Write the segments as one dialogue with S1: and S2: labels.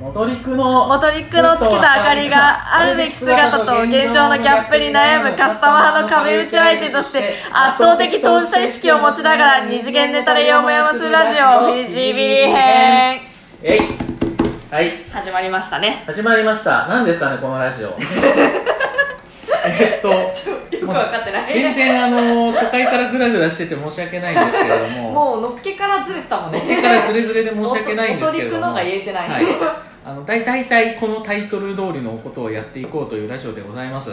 S1: モトリクの
S2: モトリックの尽きた明かりがあるべき姿と現状のギャップに悩むカスタマー派の壁打ち相手として圧倒的当事者意識を持ちながら二次元ネタでよもやまするラジオ PGB 編
S1: えいはい
S2: 始まりましたね
S1: 始まりました何ですかねこのラジオ えっと
S2: よくわかってない
S1: 全然あの初回からグラグラしてて申し訳ないんですけれども
S2: もうのっけからずれてたもん
S1: 持ってからズレズレで申し訳ないんですけれども
S2: モトリックのが言えてない
S1: はい、あの大大体このタイトル通りのことをやっていこうというラジオでございます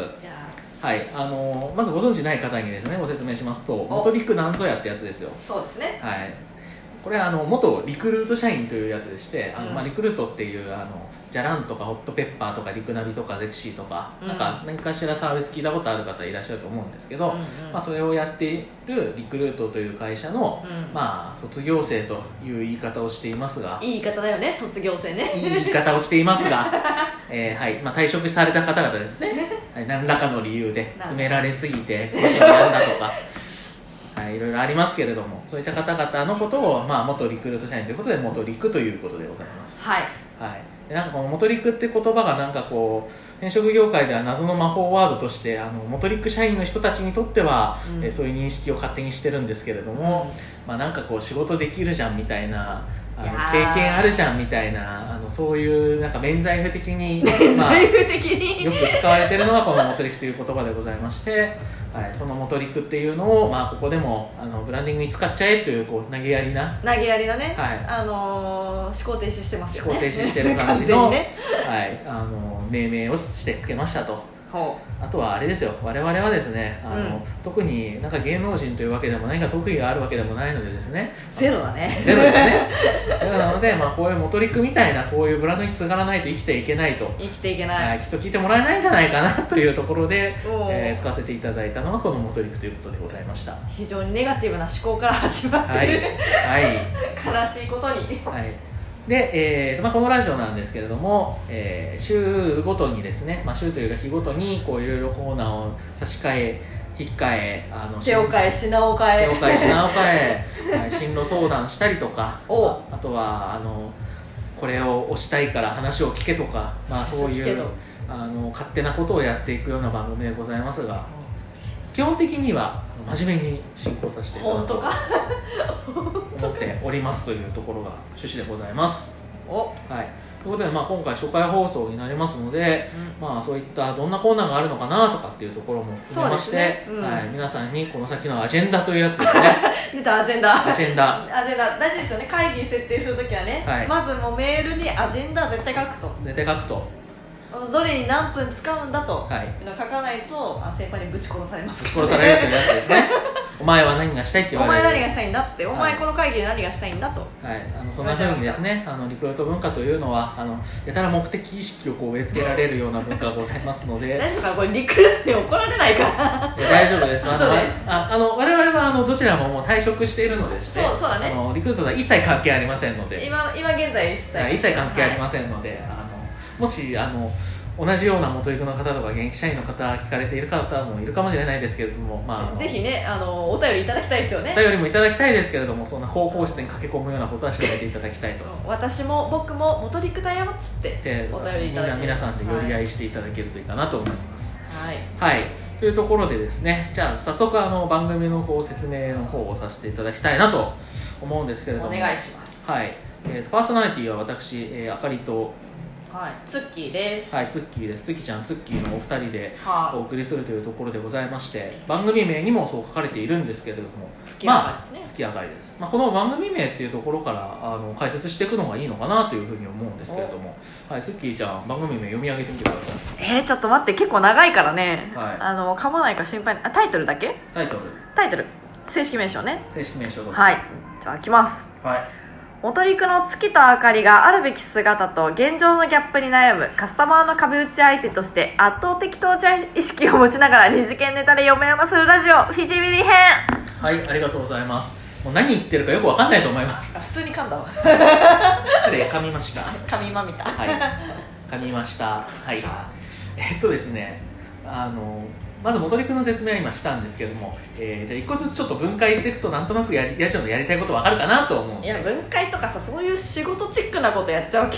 S1: はいあのまずご存知ない方にですねご説明しますとモトリックなんぞやってやつですよ
S2: そうですね
S1: はい、これはあの元リクルート社員というやつでしてあの、
S2: うん
S1: まあ、リクルートっていうあのジャランとかホットペッパーとかリクナビとかゼクシーとか、
S2: うん
S1: なんか何かしらサービス聞いたことある方いらっしゃると思うんですけど、
S2: うんうん
S1: まあ、それをやっているリクルートという会社の、
S2: うん
S1: まあ、卒業生という言い方をしていますが。
S2: いい言い方だよね卒業生ね
S1: いい言い方をしています が、えーはいまあ、退職された方々ですね、はい何らかの理由で詰められすぎて少しなんだとか、はい、いろいろありますけれどもそういった方々のことを、まあ、元リクルート社員ということで元リクということでございます、
S2: はい
S1: はい、でなんかこの元リクって言葉がなんかこう転職業界では謎の魔法ワードとしてあの元リク社員の人たちにとっては、
S2: うん
S1: えーそういう認識を勝手にしてるんですけれども、まあ、なんかこう仕事できるじゃんみたいなあの
S2: いやー
S1: 経験あるじゃんみたいなあのそういうなんか免罪符的に、まあ、
S2: 財
S1: よ
S2: 布的に
S1: く使われているのがこのモトリックという言葉でございまして、はい、そのモトリックっていうのを、まあ、ここでもあのブランディングに使っちゃえというこう投げやりな、
S2: 投げやりだね、
S1: はい
S2: あのー、思考停止してますよね
S1: 思考停止してる感じ
S2: 完全
S1: の
S2: にね
S1: はい、あの命名をしてつけましたと。
S2: ほ
S1: あとはあれですよ我々はですねあの、
S2: うん
S1: 特になんか芸能人というわけでも何か特技があるわけでもないのでですね
S2: うゼロだね
S1: ゼロですねなので、まあ、こういうモトリックみたいなこういうブランドにすがらないと生きていけないと、
S2: 生きていけない、
S1: はい、きっと聞いてもらえないんじゃないかなというところで、
S2: おー
S1: えー使わせていただいたのがこのモトリックということでございました は
S2: 非常にネガティブな思考から始まって
S1: い、
S2: る、
S1: はい
S2: 悲しいことに
S1: はい、で、えーまあ、このラジオなんですけれども、えー週ごとにですね、まあ、週というか日ごとにこういろいろコーナーを差し替え引っ替えあの
S2: 手を変え品を変え
S1: 手を変え品を変えはい進路相談したりとか
S2: お
S1: ああとはあのこれを押したいから話を聞けとか、まあ、そう
S2: 話を聞
S1: い
S2: け
S1: う
S2: と
S1: あの勝手なことをやっていくような番組でございますが基本的には真面目に進行させていただ
S2: 本
S1: こ
S2: 当
S1: う
S2: か
S1: と思っておりますというところが趣旨でございます。
S2: お、
S1: はい、ということで、まあ、今回初回放送になりますので、まあ、そういったどんなコーナーがあるのかなとかっていうところも含めまして、
S2: そうですねうん
S1: はい、皆さんにこの先のアジェンダというやつです ね
S2: 出たアジェンダ
S1: アジェンダ
S2: アジェンダ大事ですよね会議設定するときはね、
S1: はい
S2: まずもうメールにアジェンダ絶対書くと
S1: 出て書くと、
S2: どれに何分使うんだと、
S1: はい、
S2: いうのを書かないとあ先輩にぶち殺されます
S1: ぶち殺されるというやつです ねお前は何がしたいって言
S2: お
S1: われ
S2: 前
S1: る
S2: 何がしたいんだっつって、お
S1: は
S2: 前
S1: い
S2: この会議で何がしたいんだと
S1: はい、あのそんなふうにですねあのリクルート文化というのはあのやたら目的意識をこう植え付けられるような文化がございますので
S2: 大丈夫かなこれリクルートに怒られないから
S1: いや大丈夫ですあの
S2: 後で
S1: ああの我々はあのどちらももう退職しているのでして
S2: そうそうだね
S1: あのリクルートとは一切関係ありませんので
S2: 今今現在一
S1: はい
S2: 切
S1: 一切関係ありませんので、あのもしあの同じような元育の方とか現役社員の方聞かれている方もいるかもしれないですけれども、まあ、
S2: ぜひねあのお便りいただきたいですよね
S1: お便りもいただきたいですけれどもそんな広報室に駆け込むようなことはしないでいただきたいと。
S2: 私も僕も元陸だよっつって
S1: で
S2: お便りいただける
S1: みんな皆さんで寄り合
S2: はい
S1: していただけるといいかなと思います。
S2: はい
S1: はい、というところでですねじゃあ早速あの番組の方説明の方をさせていただきたいなと思うんですけれども
S2: お願いします
S1: はいえーとパーソナリティは私、えーあかりと、
S2: はいツッキーです
S1: はい、ツッキーですツッキーちゃんツッキーのお二人でお
S2: は
S1: 送りするというところでございまして番組名にもそう書かれているんですけれども
S2: い月明かりね
S1: 月上がりです、まあ、この番組名っていうところからあの解説していくのがいいのかなというふうに思うんですけれども、はい、ツッキーちゃん番組名読み上げてみてください
S2: えーちょっと待って結構長いからね
S1: はい
S2: あの噛まないか心配あタイトルだけ
S1: タイトル
S2: タイトル正式名称ね
S1: 正式名称どうぞ
S2: はいじゃあ開きます
S1: はい
S2: 元陸の月と明かりがあるべき姿と現状のギャップに悩むカスタマーの壁打ち相手として圧倒的当事者意識を持ちながら二次元ネタで読め読まするラジオフィジビリ編
S1: はい、ありがとうございますもう何言ってるかよくわかんないと思います
S2: 普通に噛んだわ
S1: 失礼噛みました
S2: 噛みまみた
S1: はい噛みましたはいえっとですねあのまず元陸の説明は今したんですけども、えーじゃあ一個ずつちょっと分解していくとなんとなくやりラジオのやりたいことわかるかなと思うん
S2: い
S1: で
S2: や分解とかさそういう仕事チックなことやっちゃうけ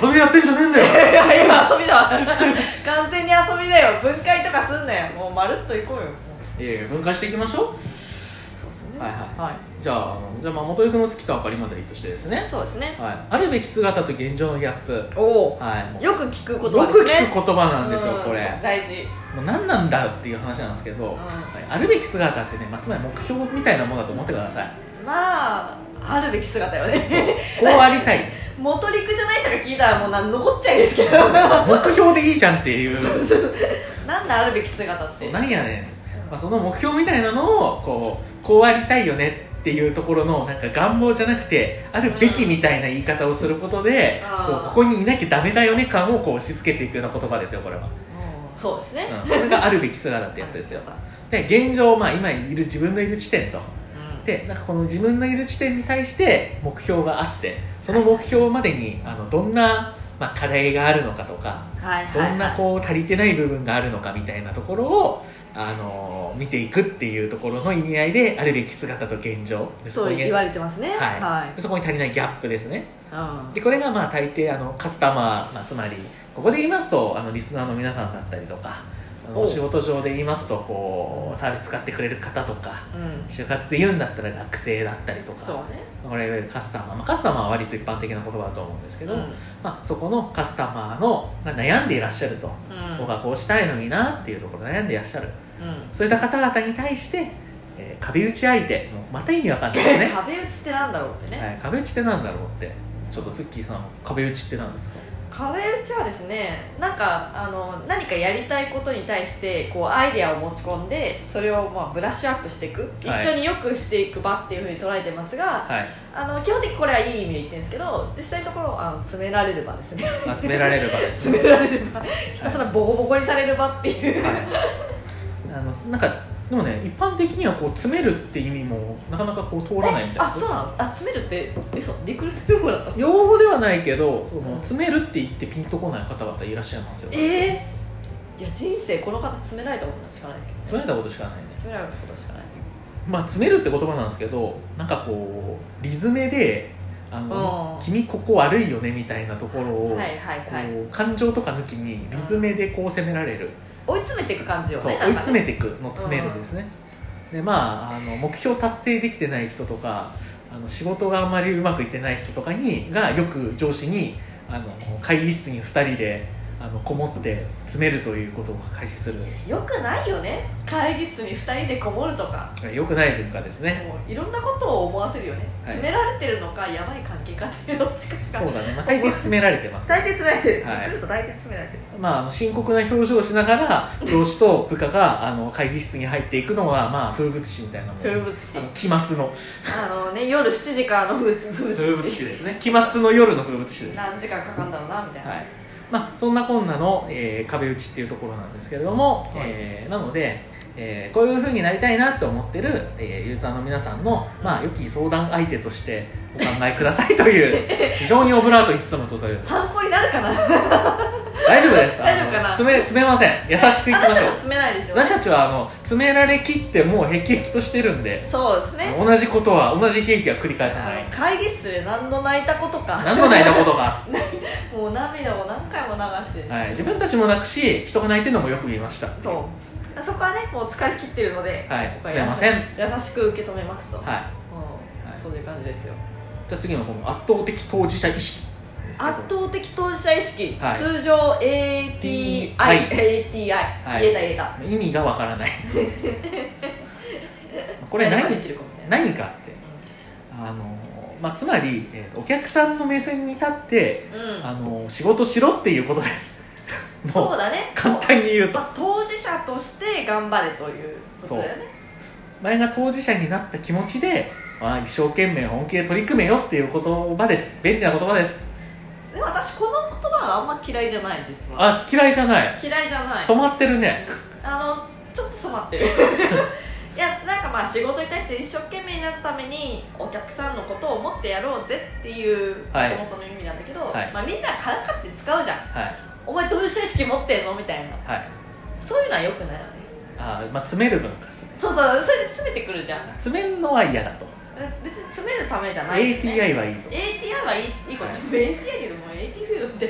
S1: 遊びでやってんじゃねえんだよ
S2: いや今遊びだ わ完全に遊びだよ分解とかすんなよもうまるっといこうよもう
S1: いやいや分解していきましょ
S2: そうですね
S1: はいはい
S2: は
S1: うじゃああのじゃあまあ元陸の月と明かりまではいいとしてです
S2: い、
S1: ね、
S2: そうですね
S1: はい、あるべき姿と現状のギャップ
S2: おお
S1: はいもう
S2: よく聞く言
S1: よ
S2: 葉で
S1: く
S2: す
S1: 聞く
S2: ね
S1: 言葉なんですよ、
S2: うん
S1: これ
S2: 大事
S1: もう何なんだっていう話なんですけど、はいあるべき姿ってね、まあ、つまり目標みたいなものだと思ってください
S2: まああるべき姿よね
S1: こうありたい
S2: 元陸じゃない人が聞いたらもうなん残っちゃいですけど
S1: 目標でいいじゃんっていう
S2: なんだあるべき姿って
S1: そうなんやねん、まあ、その目標みたいなのをこうこうありたいよねっていうところのなんか願望じゃなくてあるべきみたいな言い方をすることで、
S2: うん
S1: こうここにいなきゃダメだよね感をこう押し付けていくような言葉ですよこれは、
S2: そうですね、
S1: うん、これがあるべき姿ってやつですよで現状、まあ、今いる自分のいる地点と
S2: うん
S1: でなんかこの自分のいる地点に対して目標があってその目標までにあのどんな、まあ、課題があるのかとか
S2: はいはい
S1: ど
S2: はい
S1: んなこう足りてない部分があるのかみたいなところを、あのー見ていくっていうところの意味合いであるべき姿と現状で
S2: そう
S1: に
S2: 言われてますね
S1: はい
S2: は
S1: でそこに足りないギャップですね
S2: いうん
S1: でこれがまあ大抵あのカスタマー、まあ、つまりここで言いますとあのリスナーの皆さんだったりとかあの
S2: おう
S1: 仕事上で言いますとこうサービス使ってくれる方とか
S2: うん
S1: 就活で言うんだったら学生だったりと
S2: そう
S1: か
S2: ね
S1: これいわゆるカスタマー、まあ、カスタマーは割と一般的な言葉だと思うんですけど、
S2: うん
S1: まあ、そこのカスタマーのが悩んでいらっしゃると。
S2: うん
S1: 僕はこうしたいのになっていうところ悩んでいらっしゃる
S2: うん
S1: そういった方々に対して、えー壁打ち相手もうまた意味わかんないですね、
S2: 壁打ちってなんだろうって ね
S1: はい、壁打ちってなんだろうってちょっとツッキーさん壁打ちって何ですか
S2: 壁打ちはですねなんかあの何かやりたいことに対してこうアイデアを持ち込んでそれをまあブラッシュアップしていく、
S1: はい
S2: 一緒によくしていく場っていうふうに捉えてますが
S1: はい
S2: あの基本的にこれはいい意味で言ってるんですけど実際のところあの詰められる場ですね
S1: 集められる場です
S2: 詰められる場ひたすらボコボコにされる場っていう、
S1: はいあのなんかでもね一般的にはこう詰めるって意味もなかなかこう通らないみたいな
S2: あそうなのあ詰めるって嘘リクルート用語だった
S1: 用語ではないけどその
S2: うん
S1: 詰めるって言ってピンとこない方々いらっしゃいますよ詰
S2: えー、いや人生この方詰められたことしかないけどね
S1: めたことしかないね
S2: 詰められたことしかない
S1: まあ、詰めるって言葉なんですけどなんかこうリズムで「あの
S2: うん
S1: 君ここ悪いよね」みたいなところを、
S2: はいはいはい
S1: こう感情とか抜きにリズムでこう攻められる、
S2: 追い詰めていく感じよ
S1: そう
S2: ね
S1: 追い
S2: なんかね
S1: 詰めていくの詰めるですね、でまああの目標達成できてない人とかあの仕事があんまりうまくいってない人とかにがよく上司にあの会議室に2人であのこもって詰めるということを開始する
S2: よくないよね会議室に2人でこもるとか
S1: よくない文化ですね
S2: もういろんなことを思わせるよね、
S1: はい
S2: 詰められてるのかやばい関係かっていうどっちかしか
S1: そうだね、まあ、大抵詰められてます
S2: 大抵詰められてる、
S1: はい
S2: 来ると大抵詰められてる
S1: まああの、深刻な表情をしながら上司と部下があの会議室に入っていくのは、まあ、風物詩みたいなものです
S2: 風物詩
S1: あの期末の
S2: あのね夜7時からの風物風
S1: 風
S2: 物
S1: 物
S2: 詩
S1: 詩ですね期末の夜の風物詩です、は
S2: 何時間かかんだろうなみたいな、
S1: いまあ、そんなこんなの、えー壁打ちっていうところなんですけれども、
S2: はい
S1: えーなので、えーこういうふうになりたいなと思ってる、えーユーザーの皆さんの、まあ、良き相談相手としてお考えくださいと いう非常にオブラートに包むとそういう
S2: 参考になるかな
S1: 大丈夫ですあの
S2: 大丈夫かな
S1: 詰め詰めません優しくいきま
S2: 私
S1: し
S2: は
S1: ょう
S2: 詰めない ですよね
S1: 私たちはあの詰められきってもうへきへきとしてるんで
S2: そうですね
S1: 同じことは同じ悲劇は繰り返さ
S2: あ
S1: ない
S2: の会議室で何度泣いたことか
S1: 何度泣いたことが、
S2: もう涙を何回も流してる、
S1: はい、自分たちも泣くし人が泣いてるのもよく見ました
S2: そうそこはねもう疲れ切ってるので
S1: はい
S2: ここは
S1: すいませんはい
S2: 優しく受け止めますと、
S1: じゃ
S2: うん
S1: はい
S2: そういう感じですよ
S1: あ次のこの圧倒的当事者意識ですけど
S2: 圧倒的当事者意識、
S1: はい
S2: 通常 ATI、ATI、
S1: はい
S2: 言えた言えた
S1: 意味がわからない これ
S2: 何で
S1: 何
S2: きるかみたいな
S1: 何かってあの、まあ、つまり、えーとお客さんの目線に立って
S2: うん
S1: あの仕事しろっていうことです も
S2: そううだね
S1: 簡単に言うと
S2: まあ当事者として頑張れということだよね
S1: 前が当事者になった気持ちで、まあ、一生懸命本気で取り組めよっていう言葉です便利な言葉です
S2: でも私この言葉はあんま嫌いじゃない実は
S1: あ嫌いじゃない
S2: 嫌いじゃない
S1: 染まってるね
S2: あのちょっと染まって るいやなんかまあ仕事に対して一生懸命になるためにお客さんのことを思ってやろうぜっていうもと
S1: はい
S2: もとの意味なんだけど、
S1: はい
S2: まあ、みんなからかって使うじゃん
S1: はい
S2: お前どういう意識持ってんのみたいな
S1: はい
S2: そういうのはよくないよね
S1: あー、まあ、詰める文化ですね
S2: そうそうそれで詰めてくるじゃん
S1: 詰めるのは嫌だと
S2: 別に詰めるためじゃないし、ね、
S1: ATI はいいと
S2: ATI はいいいいこと、
S1: はい
S2: ATI だけどもう AT フードみたい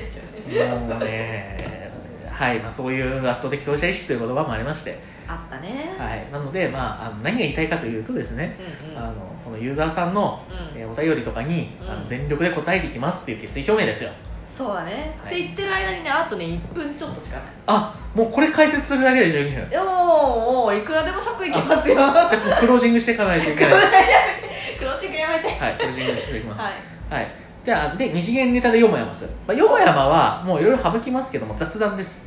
S2: だよね
S1: もうねはいまあ、そういう圧倒的当事者意識という言葉もありまして、
S2: あったね、
S1: はい、なので、まあ、あの何が言いたいかというとですね、
S2: うんうん
S1: あのこのユーザーさんの、
S2: うん
S1: えーお便りとかに、
S2: うん
S1: あの全力で答えていきますっていう決意表明ですよ
S2: そうだね、
S1: はい
S2: って言ってる間にねあとね1分ちょっとしかない
S1: あもうこれ解説するだけで12分
S2: いやもうもういくらでも尺いきますよ
S1: じゃあもうクロージン グしていかないといけ
S2: ク
S1: ない
S2: ロシングやめて
S1: はいクロージングしていきます
S2: はい
S1: はい、じゃあで二次元ネタでよもやます、まあ、よもやまはもういろいろ省きますけども雑談です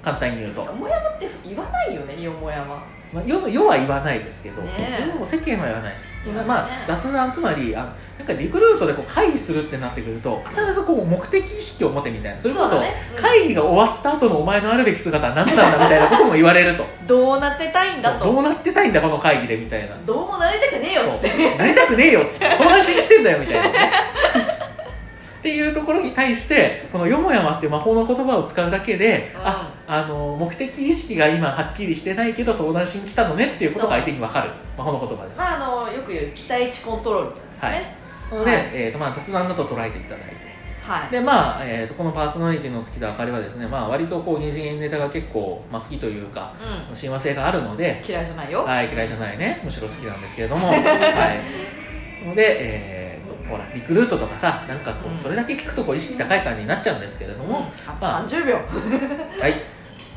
S1: 簡単に言うと
S2: よ、もやまって言わないよねよもやま
S1: まあ、よよは言わないですけど、
S2: ねえ
S1: よも世間は言わないです、
S2: 言わないね
S1: まあ、雑談つまりあのなんかリクルートでこう会議するってなってくると必ずこう目的意識を持てみたいなそれこ
S2: う
S1: そ
S2: だねうん
S1: 会議が終わった後のお前のあるべき姿は何なんだみたいなことも言われると
S2: どうなってたいん だ
S1: そうど
S2: と
S1: うなってたいんだこの会議でみたい な
S2: どうもなりたくねえよっつって
S1: なりたくねえよっつってそんなしに来てんだよみたいなねっていうところに対してこの「よもやま」っていう魔法の言葉を使うだけで、
S2: うん
S1: ああの目的意識が今はっきりしてないけど相談しに来たのねっていうことが相手に分かる魔法の言葉です、
S2: まああのよく言う期待値コントロールってやつですね
S1: なので、
S2: はい
S1: えーとまあ、雑談だと捉えていただいて
S2: はい、
S1: でまあ、えーとこのパーソナリティの月田あかりはですね、まあ、割とこう二次元ネタが結構、まあ、好きというか
S2: う
S1: 親和性があるので
S2: ん嫌いじゃないよ
S1: はい、嫌いじゃないね。むしろ好きなんですけれど も。はい。ので、えーほら、リクルートとかさ、なんかこ
S2: うん
S1: う、それだけ聞くとこう意識高い感じになっちゃうんですけれど
S2: うん
S1: も、
S2: あと30秒
S1: はい。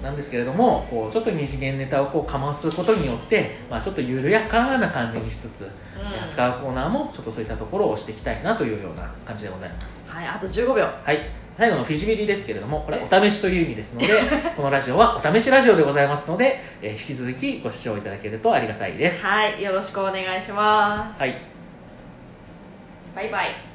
S1: なんですけれども、こう、ちょっと二次元ネタをこう、かますことによって、まあ、ちょっと緩やかな感じにしつつ、
S2: うん
S1: 扱うコーナーも、ちょっとそういったところをしていきたいなというような感じでございます。
S2: はいあと15秒
S1: はい。最後のフィジビリですけれども、これはお試しという意味です ので、このラジオはお試しラジオでございますので、えー引き続きご視聴いただけるとありがたいです。
S2: はいよろしくお願いします
S1: はい。
S2: バイバイ